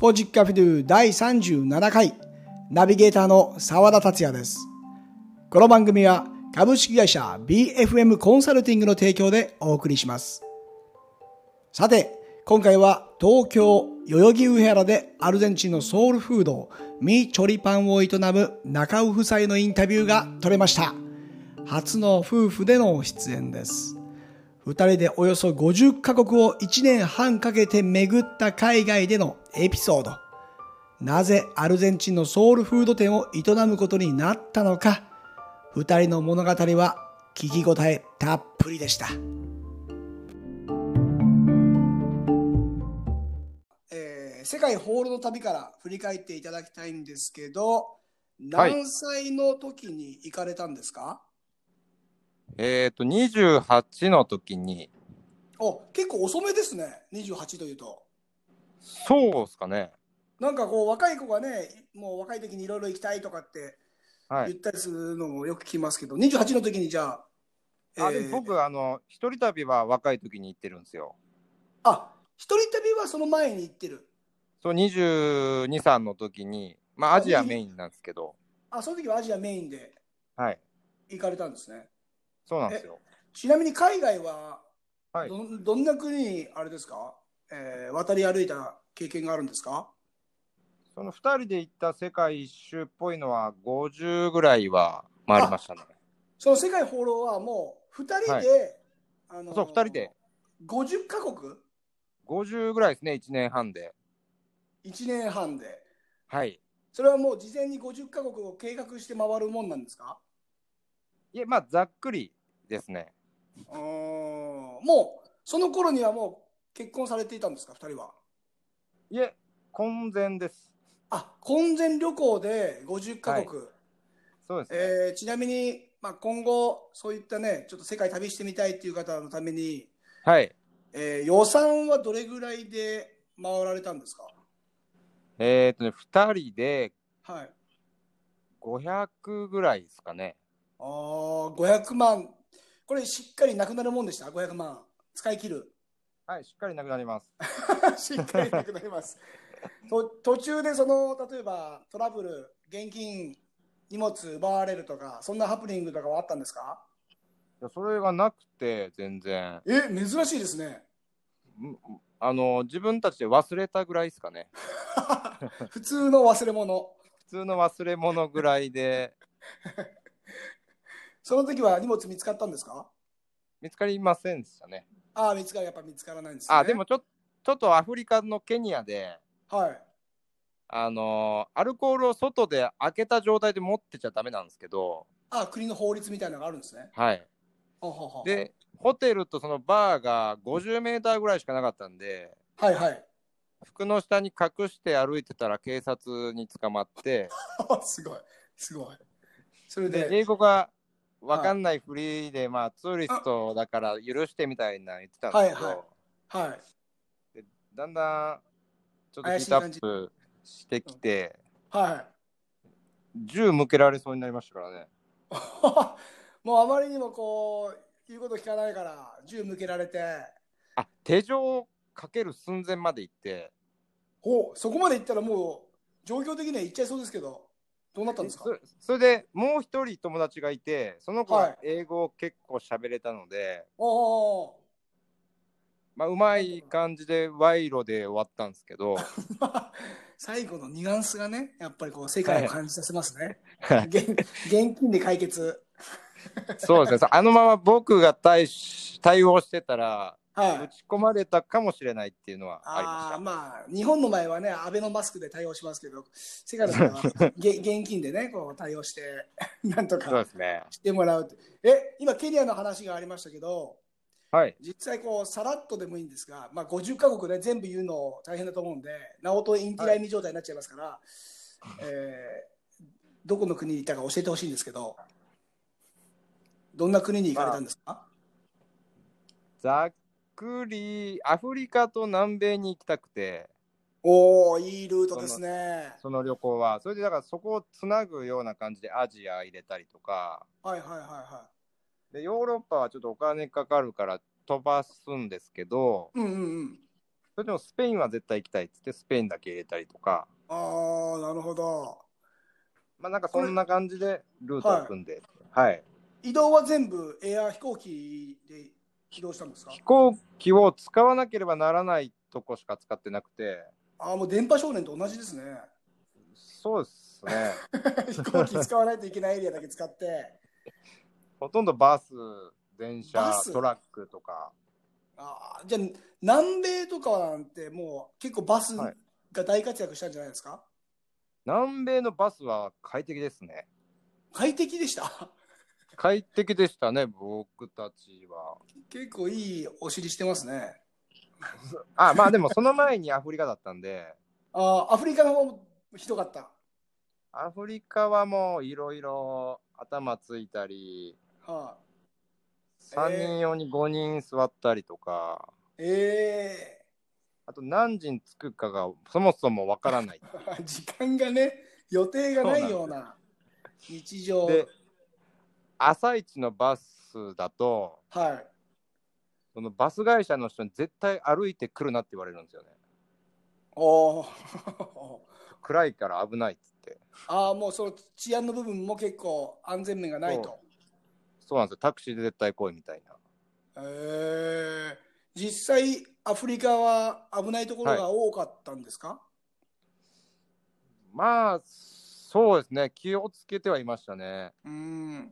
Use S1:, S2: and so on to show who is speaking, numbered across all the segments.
S1: ポジッカフィドゥ第37回ナビゲーターの澤田達也です。この番組は株式会社 BFM コンサルティングの提供でお送りします。さて、今回は東京代々木上原でアルゼンチンのソウルフードミチョリパンを営む中尾夫妻のインタビューが取れました。初の夫婦での出演です。2人でおよそ50カ国を1年半かけて巡った海外でのエピソード。なぜアルゼンチンのソウルフード店を営むことになったのか、2人の物語は聞き応えたっぷりでした。えー世界ホールの旅から振り返っていただきたいんですけど、
S2: はい
S1: 何歳の時に行かれたんですか、
S2: えっ、と、28の時に、
S1: お結構遅めですね、28というと。
S2: そうっすかね。
S1: なんかこう、若い子がね、もう若い時にいろいろ行きたいとかって
S2: は
S1: 言
S2: い。
S1: ったりするのもよく聞きますけど、28の時にじゃあ、
S2: あ
S1: え
S2: で
S1: ー
S2: も僕、あの、一人旅は若い時に行ってるんですよ。
S1: あ一人旅はその前に行ってる。
S2: そう、22、3の時に、まあ、アジアメインなんですけど、
S1: あ、その時はアジアメインで
S2: はい。
S1: 行かれたんですね。
S2: そうなんですよ。
S1: ちなみに海外はど、
S2: はい
S1: どんな国にあれですか、えー渡り歩いた経験があるんですか
S2: その2人で行った世界一周っぽいのは、50ぐらいは回りましたね。
S1: その世界放浪はもう2人で、
S2: はい
S1: あのー
S2: そう、2人で
S1: 50カ国
S2: 50ぐらいですね、1年半で。
S1: 1年半で。
S2: はい。
S1: それはもう事前に50カ国を計画して回るもんなんですか
S2: いや、まあ、ざっくりですね。
S1: うーんもうその頃にはもう結婚されていたんですか2人はい
S2: え、婚前です。
S1: あ婚前旅行で50カ国、
S2: そうですね。
S1: えーちなみに、まあ、今後そういったねちょっと世界旅してみたいっていう方のために、
S2: はい。
S1: えー予算はどれぐらいで回られたんですか
S2: えっ、とね、2人で
S1: はい
S2: 500ぐらいですかね。
S1: あー500万これしっかりなくなるもんでした500万使い切る
S2: はい、しっかりなくなります。
S1: しっかりなくなります。と途中でその例えばトラブル、現金、荷物奪われるとか、そんなハプニングとかはあったんですか
S2: いやそれがなくて、全然。
S1: え、珍しいですね。
S2: うんあの、自分たちで忘れたぐらいですかね。
S1: 普通の忘れ物。
S2: 普通の忘れ物ぐらいで、
S1: その時は荷物見つかったんですか
S2: 見つかりませんでしたね。
S1: ああ、見つかる、やっぱ見つからないんです、ね。
S2: あ、で。もちょちょっとアフリカのケニアで、
S1: はい。
S2: あの、アルコールを外で開けた状態で持ってちゃダメなんですけど、
S1: あ国の法律みたいなのがあるんですね。
S2: はい。
S1: ほうほうほう、
S2: で、ホテルとそのバーが50メーターぐらいしかなかったんで、
S1: はいはい。
S2: 服の下に隠して歩いてたら警察に捕まって、
S1: すごい、すごい。それ
S2: で
S1: で、
S2: 英語が分かんないふりで、まあツーリストだから許してみたいな言ってたんですけど、
S1: はいははい。
S2: だんだんちょっとヒートアップしてきて、
S1: はい。
S2: 銃向けられそうになりましたからね。
S1: もうあまりにもこう言うこと聞かないから銃向けられて
S2: あ手錠をかける寸前まで行って、
S1: ほうそこまで行ったらもう状況的には行っちゃいそうですけどどうなったんですか
S2: そそれでもう一人友達がいて、その子
S1: はい
S2: は英語を結構喋れたので、
S1: おー
S2: まあうまい感じで賄賂で終わったんです けど、
S1: 最後のニュアンスがねやっぱりこう世界を感じさせますね、
S2: はい
S1: 現現金で解決
S2: そうですね、あのまま僕が対し対応してたら、
S1: はい
S2: 打ち込まれたかもしれないっていうのはありまし
S1: あ
S2: た
S1: あ。まあ日本の場合はねアベノマスクで対応しますけど世界の場合 はげ現金でねこう対応してなんと
S2: そう
S1: か
S2: ですね。
S1: してもらうってえ今ケニアの話がありましたけど
S2: はい。
S1: 実際こうさらっとでもいいんですが、まあ、50カ国で全部言うの大変だと思うんでナオトインティライミ状態になっちゃいますから、えーどこの国に行ったか教えてほしいんですけどどんな国に行かれたんですか、
S2: ざっくり、アフリカと南米に行きたくて、
S1: おおいいルートですね
S2: その旅行は。それでだからそこをつなぐような感じでアジア入れたりとか、
S1: はいはいはいは
S2: で、ヨーロッパはちょっとお金かかるから飛ばすんですけど、
S1: いうんうんうん
S2: それでもスペインは絶対行きたいっつって、スペインだけ入れたりとか、
S1: ああ、なるほど。
S2: まあなんかそんな感じでルートを組んで、はい。
S1: 移動は全部エア飛行機で移動したんですか
S2: 飛行機を使わなければならないとこしか使ってなくて、
S1: ああ、もう電波少年と同じですね。
S2: そうですね。
S1: 飛行機使わないといけないエリアだけ使って。
S2: ほとんどバス、電車
S1: バス、
S2: トラックとか、
S1: ああ、じゃあ、南米とかなんてもう結構バス
S2: はい
S1: が大活躍したんじゃないですか、
S2: 南米のバスは快適ですね。
S1: 快適でした
S2: 快適でしたね、僕たちは。
S1: 結構いいお尻してますね。
S2: あ、まあでもその前にアフリカだったんで、
S1: ああ、アフリカの方もひどかった。
S2: アフリカはもういろいろ頭ついたり、
S1: はあ、
S2: 3人用に5人座ったりとか、
S1: え
S2: あと何時に着くかがそもそもわから ない。
S1: え 時間がね、予定がないような日常。
S2: で、朝一のバスだと、
S1: はい。
S2: そのバス会社の人に絶対歩いてくるなって言われるんですよね。
S1: おー
S2: 暗いから危ないっつって。
S1: ああ、もうその治安の部分も結構安全面がないと。
S2: そうなんですよ。タクシーで絶対来いみたいな。
S1: へえ実際、アフリカは危ないところが多かったんですか、
S2: まあ、そうですね。気をつけてはいましたね。
S1: うーん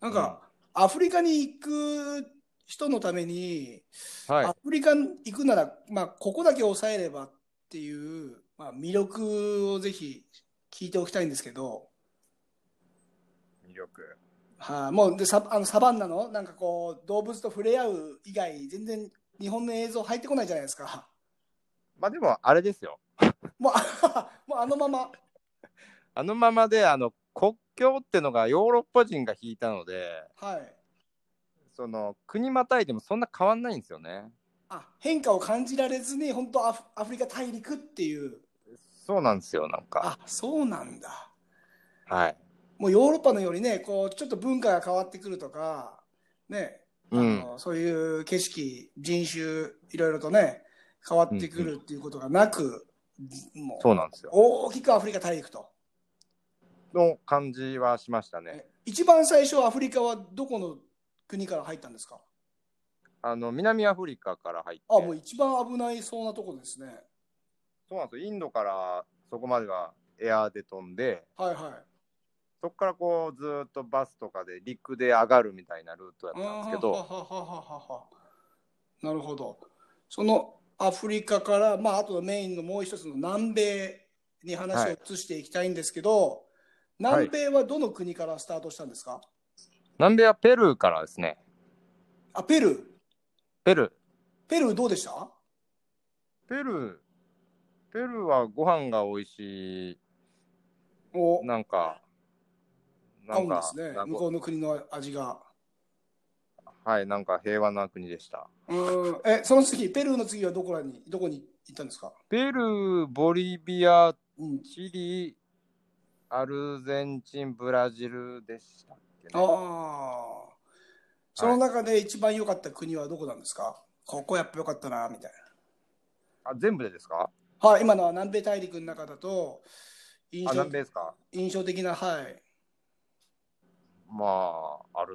S1: なんか、アフリカに行く人のために、
S2: はい
S1: ア。フリカに行くなら、まあ、ここだけ抑えればっていう、まあ、魅力をぜひ聞いておきたいんですけど、
S2: 魅力。
S1: はい、もうでサあのサバンナのなんかこう動物と触れ合う以外、全然日本の映像入ってこないじゃないですか。
S2: まあでも、あれですよ。
S1: もうあ もうあのまま。
S2: あのままで、あの、国境ってのがヨーロッパ人が引いたので、
S1: はい
S2: その、国またいでもそんな変わんないんですよね。
S1: あ変化を感じられずに、本当アフ、アフリカ大陸っていう、
S2: そうなんですよ、なんか。
S1: あそうなんだ。
S2: はい。
S1: もうヨーロッパのよりね、こう、ちょっと文化が変わってくるとか、ね、あ
S2: うん。
S1: のそういう景色、人種、いろいろとね、変わってくるっていうことがなく、もう
S2: そうなんですよ。
S1: 大きくアフリカ大陸と。
S2: の感じはしましたね。
S1: え一番最初アフリカはどこの国から入ったんですか
S2: あの、南アフリカから入って。
S1: あ、もう一番危ないそうなとこですね。
S2: そうなんですよ。インドからそこまではエアーで飛んで、
S1: はいはい。
S2: そこからこうずーっとバスとかで陸で上がるみたいなルートだったん
S1: あー
S2: ですけ
S1: は
S2: ど、
S1: はははははなるほど。そのアフリカから、まあ、あとのメインのもう一つの南米に話を移していきたいんですけど、南米はどの国からスタートしたんですか、
S2: 南米はペルーからですね。
S1: あ、ペルー。
S2: ペルー。
S1: ペルーどうでした
S2: ペルー。ペルーはご飯が美味しい。
S1: お
S2: なんか、
S1: 合うんですね
S2: な。ん
S1: 向
S2: か
S1: こうの国の味が。
S2: はい、なんか平和な国でした。
S1: うーん。え、その次、ペルーの次はどこらに、どこに行ったんですか
S2: ペルー、ボリビア、
S1: うん。
S2: チリ、アルゼンチン、ブラジルでしたっけね。
S1: ああ。その中で一番良かった国はどこなんですか、ここやっぱ良かったな、みたいな。
S2: あ、全部でですか
S1: はい、今のは南米大陸の中だと印
S2: あ、
S1: 象
S2: 南米ですか
S1: 印象的な、はい。
S2: まあ、アル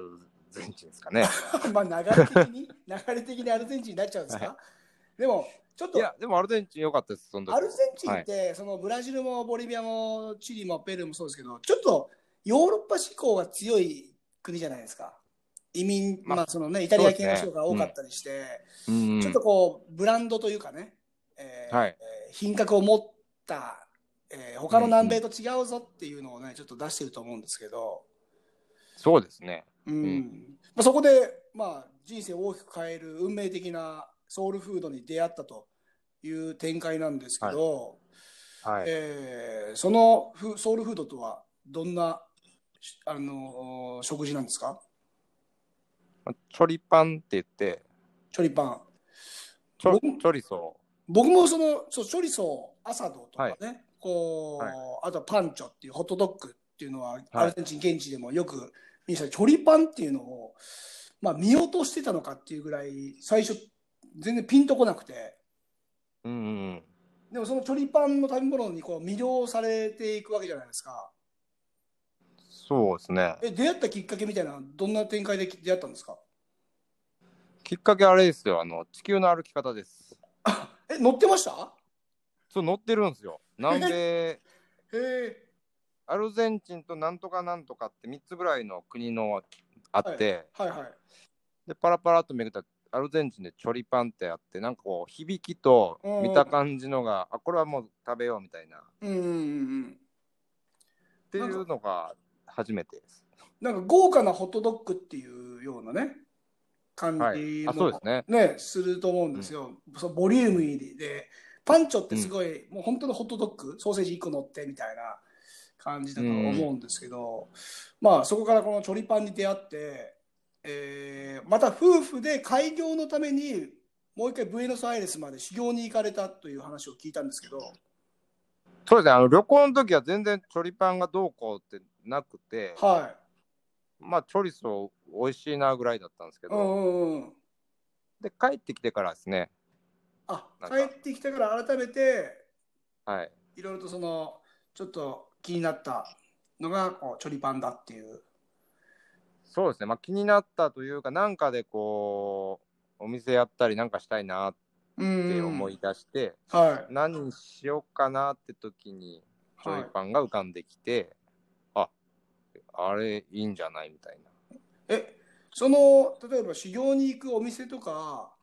S2: ゼンチンですかね。
S1: まあ流れ的 に、流れ的にアルゼンチンになっちゃうんですか、
S2: は
S1: でも、ちょっ
S2: い
S1: と
S2: や、でもアルゼンチン良かったです、その時
S1: アルゼンチンって、そのブラジルもボリビアもチリもペルーもそうですけど、ちょっとヨーロッパ志向が強い国じゃないですか。移民、ま
S2: ま
S1: あ
S2: あ
S1: そのね、イタリア系の人
S2: そうですね
S1: が多かったりして、
S2: うん
S1: ちょっとこう、ブランドというかね、えー
S2: はい
S1: えー品格を持った、えー他の南米と違うぞっていうのをね、ちょっと出してると思うんですけど、
S2: そうですね。
S1: うん
S2: うん
S1: まあ、そこで、まあ、人生を大きく変える運命的なソウルフードに出会ったという展開なんですけど、
S2: はい。
S1: えーそのフソウルフードとはどんなしあのー食事なんですか
S2: まあチョリパンって言って、
S1: チョリパン
S2: チョ
S1: 僕
S2: チョリソ
S1: 僕もそのそうチョリソーアサドとかね、こう
S2: はい
S1: あとはパンチョっていうホットドッグっていうのは
S2: はい
S1: アルゼンチン現地でもよく見せたチョリパンっていうのを、まあ、見落としてたのかっていうぐらい最初全然ピンとこなくて
S2: うんうん
S1: でもそのチョリパンの食べ物にこう魅了されていくわけじゃないですか。
S2: そうですね。
S1: え、出会ったきっかけみたいな、どんな展開で出会ったんですか
S2: きっかけあれですよ。あの、地球の歩き方です。
S1: え、乗ってました
S2: そう、乗ってるんです よ。南米、
S1: へえ。
S2: アルゼンチンとなんとかなんとかって3つぐらいの国のあって、
S1: はいはい。
S2: で、パラパラっと巡ったアルゼンチンでチョリパンってあって、なんかこう、響きと見た感じのが、あ、これはもう食べようみたいな。っ
S1: うんうんうん。
S2: ていうのが初めてです。
S1: なんか豪華なホットドッグっていうようなね、感
S2: はい。
S1: じ
S2: あ、
S1: も、
S2: そうですね。
S1: ね、すると思うんですよ。そのボリューム入りで、パンチョってすごい、もう本当のホットドッグ、ソーセージ1個乗ってみたいな感じだと思うんですけど、まあそこからこのチョリパンに出会って、えーまた夫婦で開業のために、もう一回ブエノスアイレスまで修行に行かれたという話を聞いたんですけど、
S2: そうですね。あの、旅行の時は全然チョリパンがどうこうってなくて、
S1: は
S2: まあ、チョリソー美味しいなぐらいだったんですけ
S1: い。
S2: ど、
S1: うんうんうん。
S2: で帰ってきてからですね、
S1: あ、
S2: なんか
S1: 帰ってきたから改めて、
S2: はい、
S1: いろいろとそのちょっと気になったのがこうチョリパンだっていう。
S2: そうですね、まあ、気になったというか、なんかでこう、お店やったりなんかしたいなっ
S1: う
S2: て思い。出して、
S1: は
S2: 何にしようかなって時に、
S1: い。
S2: チ
S1: は
S2: ョ
S1: い
S2: イ、パンが浮かんできて、ああれいいんじゃないみたい
S1: え、その例えば修行に行くお店とか、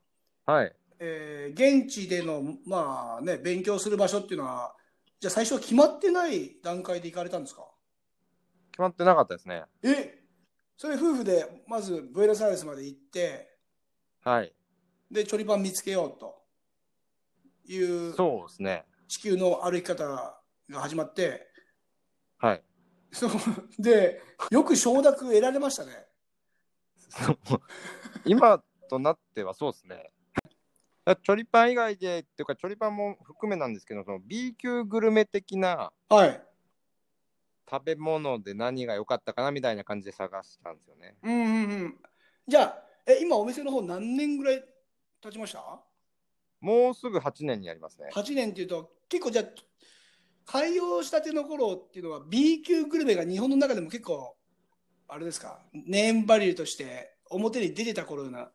S2: な。はい、
S1: えー現地でのまあね勉強する場所っていうのは、じゃあ最初は決まってない段階で行かれたんですか。
S2: 決まってなかったですね。
S1: え、それ夫婦でまずブエノスアイレスまで行って、
S2: はい、
S1: でチョリパン見つけようという
S2: そうですね。
S1: 地球の歩き方が始まって。
S2: はい。
S1: そうで、よく承諾得られましたね。
S2: そう今となってはそうですね。だからチョリパン以外でっていうか、チョリパンも含めなんですけど、その B 級グルメ的な
S1: はい。
S2: 食べ物で何が良かったかなみたいな感じで探したんですよね。
S1: うんうんうん。じゃあ、え、今お店の方何年ぐらい経ちました
S2: もうすぐ8年になりますね。
S1: ?8 年っていうと、結構じゃあ、開業したての頃っていうのは B 級グルメが日本の中でも結構、あれですか、ネームバリューとして表に出てた頃な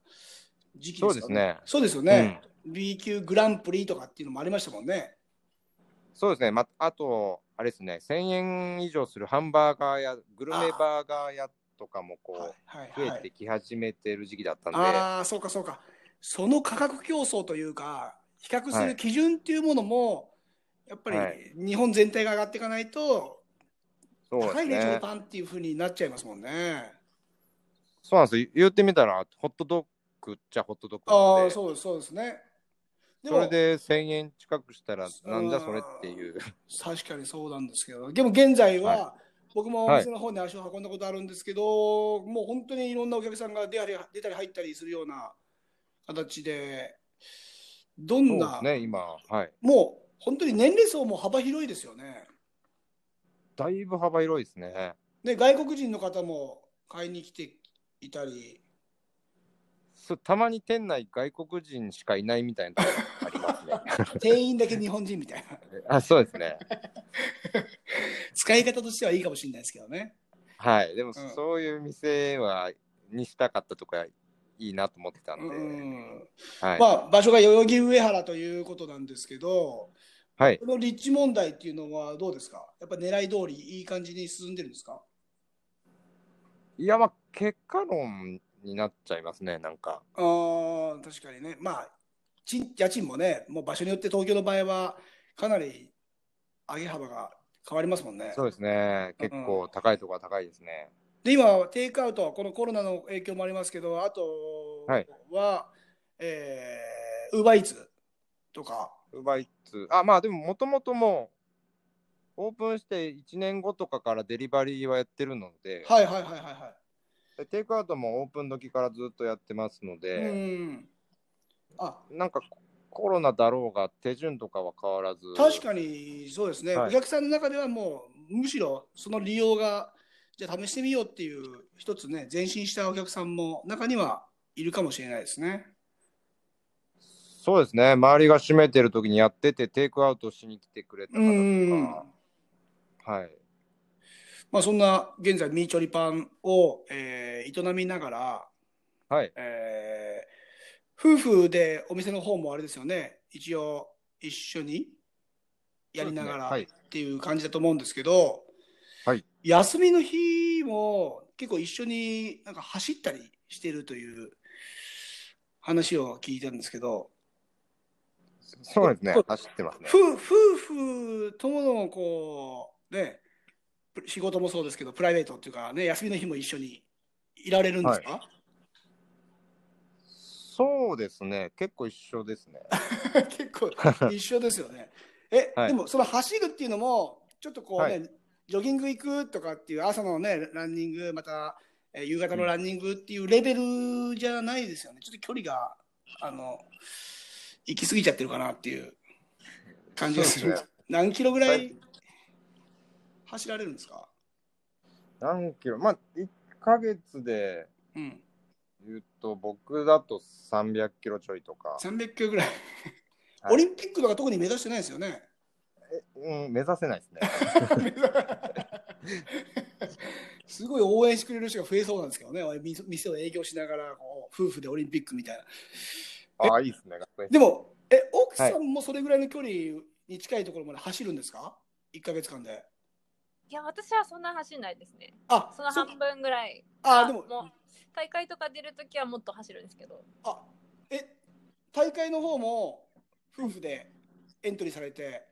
S1: 時期
S2: そう
S1: で
S2: ですす
S1: かね。
S2: ね。
S1: そうですよね。B 級グランプリとかっていうのもありましたもんね。
S2: そうですね。まあと、あれですね、1000円以上するハンバーガーやグルメバーガー屋とかも
S1: はい
S2: こ、
S1: はいう
S2: 増
S1: は
S2: え
S1: い
S2: て。き始めてる時期だったんで、
S1: ああ、そうかそうか。その価格競争というか、比較す
S2: は
S1: る
S2: い
S1: 基準っていうものも、やっぱり
S2: はい
S1: 日本全体が上がっていかないと、
S2: そうで
S1: 高
S2: す
S1: いレジ
S2: ね
S1: の。パンっていうふうになっちゃいますもんね。
S2: そうなんですよ。言ってみたら、ホットドッグっちゃホットドッグなん
S1: ああ、
S2: で、そ
S1: そうです、そうですね。でも
S2: れ、で1000円近くしたら、なんじゃそれっていう。
S1: 確かにそうなんですけど、でも現在
S2: は
S1: は、僕もお
S2: はい
S1: 店の方に足を運んだことあるんですけど、もう本当にいろんなお客さんが出たり出たり入ったりするような形で、ど
S2: そ
S1: ん
S2: うで
S1: な、
S2: すね、今、はい。
S1: もう本当に年齢層も幅広いですよね。
S2: だいぶ幅広いですね。
S1: で、外国人の方も買いに来ていたり、
S2: そうたまに店内外国人しかいないみたいなとこあります ね。
S1: 店員だけ日本人みたいな。
S2: あそうですね。
S1: 使い方としてはいいかもしれないですけどね。
S2: はい。でも、
S1: ん
S2: そういう店は、にしたかったとか、いいなと思ってたんで。
S1: うん。
S2: はい、
S1: まあ、場所が代々木上原ということなんですけど、
S2: はい。
S1: この立地問題っていうのはどうですかやっぱ狙い通りいい感じに進んでるんですか
S2: いや、まあ、結果論になっちゃいますね、なんか。
S1: あー確かにね。まあ、賃家賃もね、もう場所によって東京の場合はかなり上げ幅が変わりますもんね。
S2: そうですね。結構高いとこは高いですね。
S1: で今、テイクアウトはこのコロナの影響もありますけど、あと
S2: はい
S1: は、えー、ウーバーイーツとか、
S2: ウーバーイーツ。あ、まあ、でも、もともともう、オープンして1年後とかからデリバリーはやってるので、
S1: はいはいはいはいは
S2: でテイクアウトもオープン時からずっとやってますの
S1: い。
S2: で、
S1: うん。あ、
S2: なんかココロナだろうが手順とかは変わらず。
S1: 確かにそうですね、
S2: はい
S1: お客さんの中ではもう、むしろその利用が、じゃあ試してみようっていう、一つね、前進したお客さんも中にはいるかもしれないですね。
S2: そうですね、周りが閉めてる時にやってて、テイクアウトしに来てくれた方
S1: う
S2: と
S1: ん
S2: か、はい、
S1: まあ、そんな現在ミーチョリパンを、えー営みながら、
S2: はい、
S1: えー夫婦でお店の方もあれですよね一応一緒にやりながら
S2: そう
S1: っ
S2: ですね
S1: ていう感じだと思うんですけど、
S2: はい
S1: 休みの日も結構一緒になんか走ったりしてるという話を聞いたんですけど
S2: そうですね
S1: そう、
S2: 走ってますね。
S1: 夫夫婦とものこうねプ仕事もそうですけどプライベートっていうかね休みの日も一緒にいられるんですか、
S2: そうですね、結構一緒ですね。
S1: 結構一緒ですよね。え、
S2: はい
S1: でもその走るっていうのもちょっとこうね、
S2: は
S1: ジョギング行くとかっていう朝のねランニングまた、えー夕方のランニングっていうレベルじゃないですよね。ちょっと距離があの行き過ぎちゃってるかなっていう感じがす
S2: そう
S1: る。
S2: ですね
S1: 何キロぐら
S2: はいい
S1: 走られるんですか。
S2: 何キロまあ、1ヶ月で
S1: うん、
S2: 言うと、僕だと300キロちょいとか、
S1: 300キロぐらい。
S2: はい
S1: オリンピックとか特に目指してないですよね。
S2: うん、目指せないです ね。
S1: すごい応援してくれる人が増えそうなんですけどね、み店を営業しながらこう、夫婦でオリンピックみたいな。
S2: ああ、いいですね、学園
S1: でも、え奥さんもそれぐらいの距離に近いところまで走るんですか、1か月間で。
S3: いや、私はそんな走んないですね。
S1: あ
S3: その
S1: そ
S3: 半分ぐらい。
S1: あでも
S3: う大会とか出るときはもっと走るんですけど。
S1: あえ大会の方も夫婦でエントリーされて、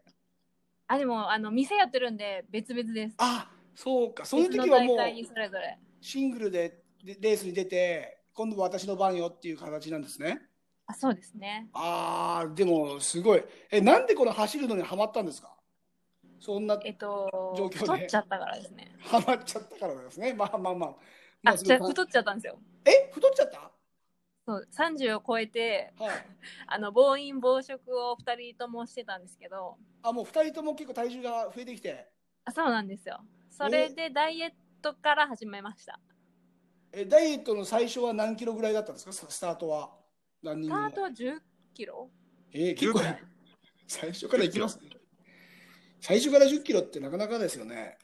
S3: あ、でも、あの、店やってるんで、別々です。
S1: あそうか、そういう
S3: 別
S1: 時
S3: の
S1: はも
S3: 大
S1: う
S3: 会にそれぞれ。
S1: シングルででレースに出て、今度は私の番よっていう形なんですね。
S3: あ、そうですね。
S1: あーでもすごいえなんでこの走るのにハマったんですかそんな
S3: えっと
S1: 状況、で
S3: 太っちゃったからですね。
S1: ハマっちゃったからなんですねまあまあまあ、ま
S3: あ、
S1: す
S3: じ
S1: ご
S3: ゃ
S1: い
S3: あ太っちゃったんですよ。
S1: え太っちゃった
S3: そう、30を超えて、
S1: はい
S3: あの、暴飲暴食を2人ともしてたんですけど、
S1: あもう2人とも結構体重が増えてきて
S3: あそうなんですよ。それでダイエットから始めました。
S1: えダイエットの最初は何キロぐらいだったんですかススタートはランニ
S3: ス
S1: ン
S3: タ
S1: グの
S3: ートは10キロ
S1: えー結構最初からいきますね最初から1 0キロってなかなかですよね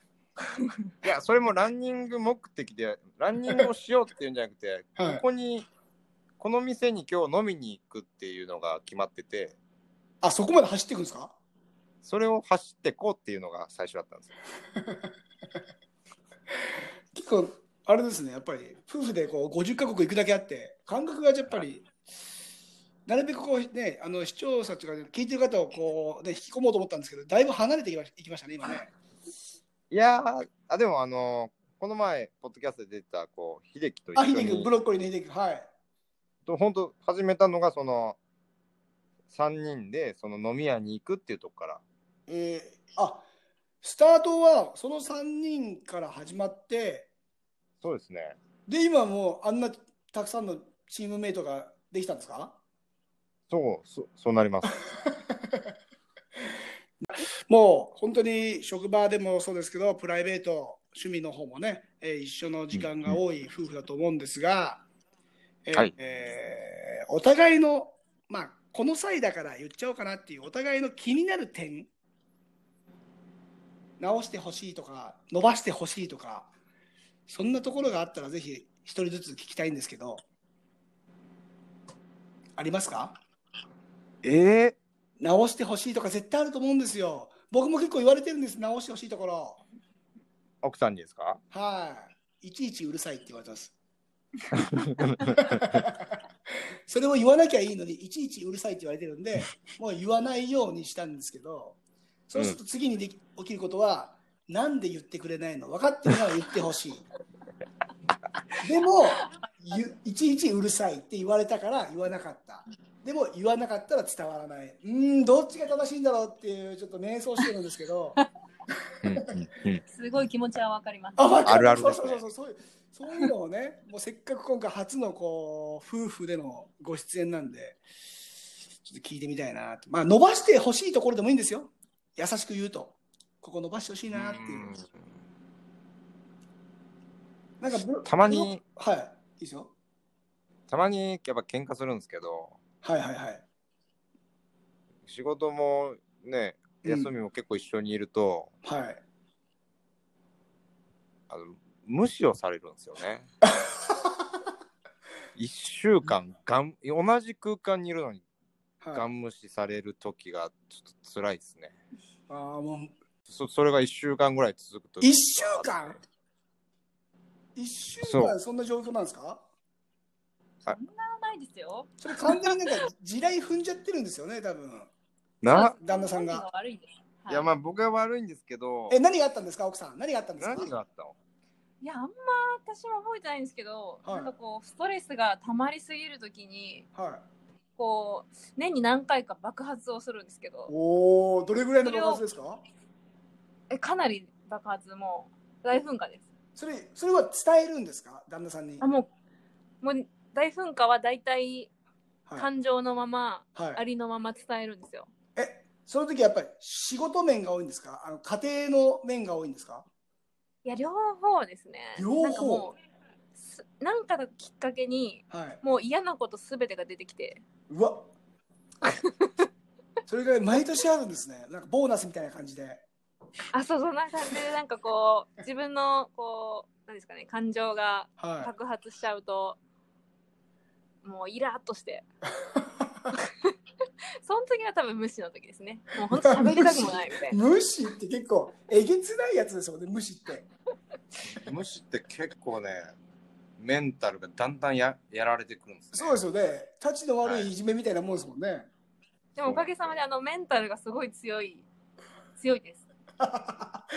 S2: いや、それもランニング目的で、ランニングをしようっていうんじゃなくて、
S1: はい
S2: ここに、この店に今日飲みに行くっていうのが決まってて、
S1: あそこまで走っていくんですか
S2: それを走ってこうっていうのが最初だったんですよ。
S1: 結構あれですねやっぱり夫婦でこう50カ国行くだけあって感覚がやっぱりなるべくこうねあの視聴者というか聞いてる方をこう、ね、引き込もうと思ったんですけどだいぶ離れていきましいきましたね今ね
S2: いやー、あでも、あのーこの前、ポッドキャストで出た、こう、秀樹と一
S1: あ
S2: 緒
S1: ヒデ君
S2: に
S1: ブ、ロッコリーのヒデ君はい
S2: と本当、始めたのが、その、3人で、その飲み屋に行くっていうとこから、
S1: えーあスタートはその3人から始まって
S2: そうですね。
S1: で今もうあんなたくさんのチームメイトができたんですか
S2: そう、そそうなります。
S1: もう本当に職場でもそうですけど、プライベート、趣味の方もね、えー一緒の時間が多い夫婦だと思うんですが、えー
S2: はい
S1: えーお互いの、まあ、この際だから言っちゃおうかなっていう、お互いの気になる点、直してほしいとか、伸ばしてほしいとか、そんなところがあったら、ぜひ一人ずつ聞きたいんですけど、ありますか
S2: えー、
S1: 直してほしいとか絶対あると思うんですよ。僕も結構言われてるんです、直してほしいところ。
S2: 奥さんにですか
S1: はい。いちいちうるさいって言われてます。それを言わなきゃいいのに、いちいちうるさいって言われてるんで、もう言わないようにしたんですけど、そうすると次にでき起きることは、なんで言ってくれないの分かってるなら言ってほしい。でも、ゆいちいちうるさいって言われたから言わなかった。でも言わなかったら伝わらない。うーん、どっちが正しいんだろうっていう、ちょっと迷走してるんですけど。
S2: うんうんうん
S3: すごい気持ちはわかります。
S1: あわか
S2: あるある
S1: そう
S2: です
S1: そう
S2: ね
S1: そうそうそういうそういうのを ね、もうせっかく今回初のこう夫婦でのご出演なんで、ちょっと聞いてみたいなと。まあ伸ばしてほしいところでもいいんですよ。優しく言うと、ここ伸ばしてほしいなっていう。なんかブロ
S2: たまに、
S1: はい、いいですよ。
S2: たまにやっぱ喧嘩するんですけど、
S1: はいはいはい。
S2: 仕事もね、
S1: うん
S2: 休みも結構一緒にいると、
S1: はい。
S2: あの無視をされるんですよ ね。1週間がん、同じ空間にいるのに、ガ
S1: はい、
S2: ン無視される時がちょっと辛いですね。
S1: ああ、もう、
S2: そそれが1週間ぐらい続くと。
S1: 1週間 ?1 週
S2: そ
S1: 間そんな状況なんですか
S3: ないですよ。
S1: それ完全になんか地雷踏んじゃってるんですよね、多分。
S2: な
S1: 旦那さんが。。
S3: 悪いです。はい
S2: や、まあ僕が悪いんですけど、
S1: え、何があったんですか、奥さん。何があったんですか
S2: 何があったの
S3: いや、あんま私も覚えてないんですけど、
S1: はい
S3: なんかこう、ストレスが溜まりすぎるときに、
S1: はい。
S3: こう、年に何回か爆発をするんですけど、
S1: おお、どれぐらいの爆発ですか
S3: えかなり爆発も、大噴火です。
S1: それ、それは伝えるんですか旦那さんに。
S3: あ
S1: はい。
S3: もう、もう大噴火は大体
S1: は
S3: 感情のまま、あ
S1: い。
S3: りのまま伝えるんですよ。
S1: え、その時やっぱり仕事面が多いんですかあの、家庭の面が多いんですか
S3: いや、両方ですね。
S1: 両方
S3: なんかもうす、なんかのきっかけに、
S1: はい。
S3: もう嫌なことすべてが出てきて、
S1: うわそれぐらい毎年あるんですね。なんかボーナスみたいな感じで。
S3: あ、そう、そんな感じで、なんかこう、自分の、こう、なんですかね、感情が
S1: は
S3: 爆発しちゃうと、もうイラッ として。その時は多分無視の時です ね。もう本当喋りたくもないみたい
S1: い。
S3: な。
S1: 無視って結構えげつないやつですよね、無視って。
S2: 無視って結構ね、メンタルがだんだんややられてくるんですね。
S1: そうですよね。たちの悪いいじめみたいなもんですもんね。
S3: でもおかげさまで、あの、メンタルがすごい強い、強いです。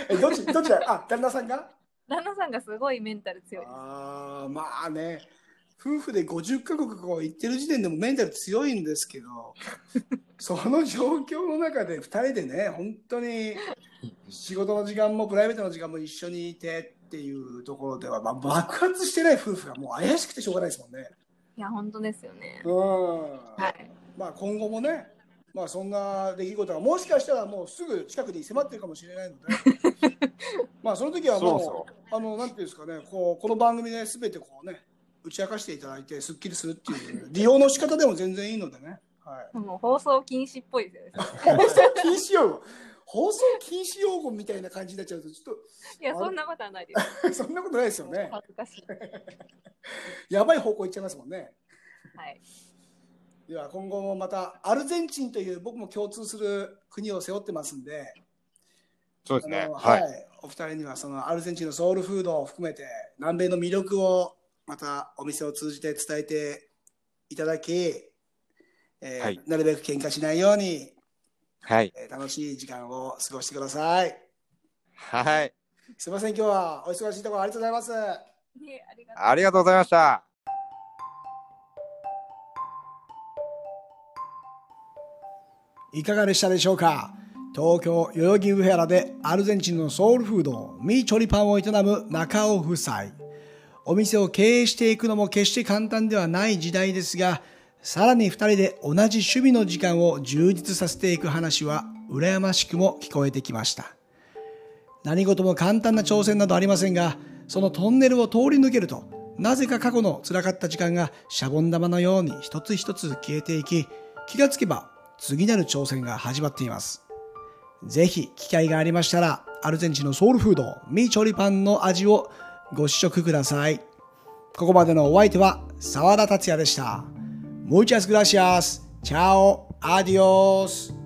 S1: え、どっち、どっちだあ、旦那さんが
S3: 旦那さんがすごいメンタル強いです。
S1: ああ、まあね。夫婦で50カ国こう行ってる時点でもメンタル強いんですけ ど、その状況の中で2人でね、本当に仕事の時間もプライベートの時間も一緒にいてっていうところでは、まあ、爆発してない夫婦がもう怪しくてしょうがないですもんね。
S3: いや、本当ですよね。
S1: うん。
S3: はい。
S1: まあ今後もね、まあそんな出来事がもしかしたらもうすぐ近くに迫ってるかもしれないので、 まあその時はもう
S2: そうそ
S1: あのなんていうんですかね、こうこの番組で全てこうね打ち明かしていただいてすっきりするっていう利用の仕方でも全然いいのでね。はい。
S3: もう放送禁止っぽいですよね。
S1: 放送禁止用語、 放送禁止用語みたいな感じになっちゃうとちょ
S3: いや、
S1: あれ
S3: そんなことはないです。
S1: っと そんなことないですよね。
S3: 恥ずかしい。
S1: やばい方向行っちゃいますもんね。
S3: はい。
S1: では今後もまたアルゼンチンという僕も共通する国を背負ってますんで。
S2: そうで
S1: あ
S2: すね。
S1: のは、
S2: はいい。
S1: お二人にはそのアルゼンチンのソウルフードを含めて南米の魅力をまたお店を通じて伝えていただき、えー
S2: はい
S1: なるべく喧嘩しないように、
S2: はい。
S1: えー楽しい時間を過ごしてください
S2: はい。
S1: すいません今日はお忙しいところありがとうございます
S3: いえありがとうございます
S2: ありがとうございました。
S1: いかがでしたでしょうか東京代々木上原でアルゼンチンのソウルフードミーチョリパンを営む中尾夫妻お店を経営していくのも決して簡単ではない時代ですがさらに2人で同じ趣味の時間を充実させていく話は羨ましくも聞こえてきました何事も簡単な挑戦などありませんがそのトンネルを通り抜けるとなぜか過去の辛かった時間がシャボン玉のように一つ一つ消えていき気がつけば次なる挑戦が始まっていますぜひ機会がありましたらアルゼンチンのソウルフードミーチョリパンの味をご試食くださいここまでのお相手は澤田達也でした Muchas gracias. Chao. Adios.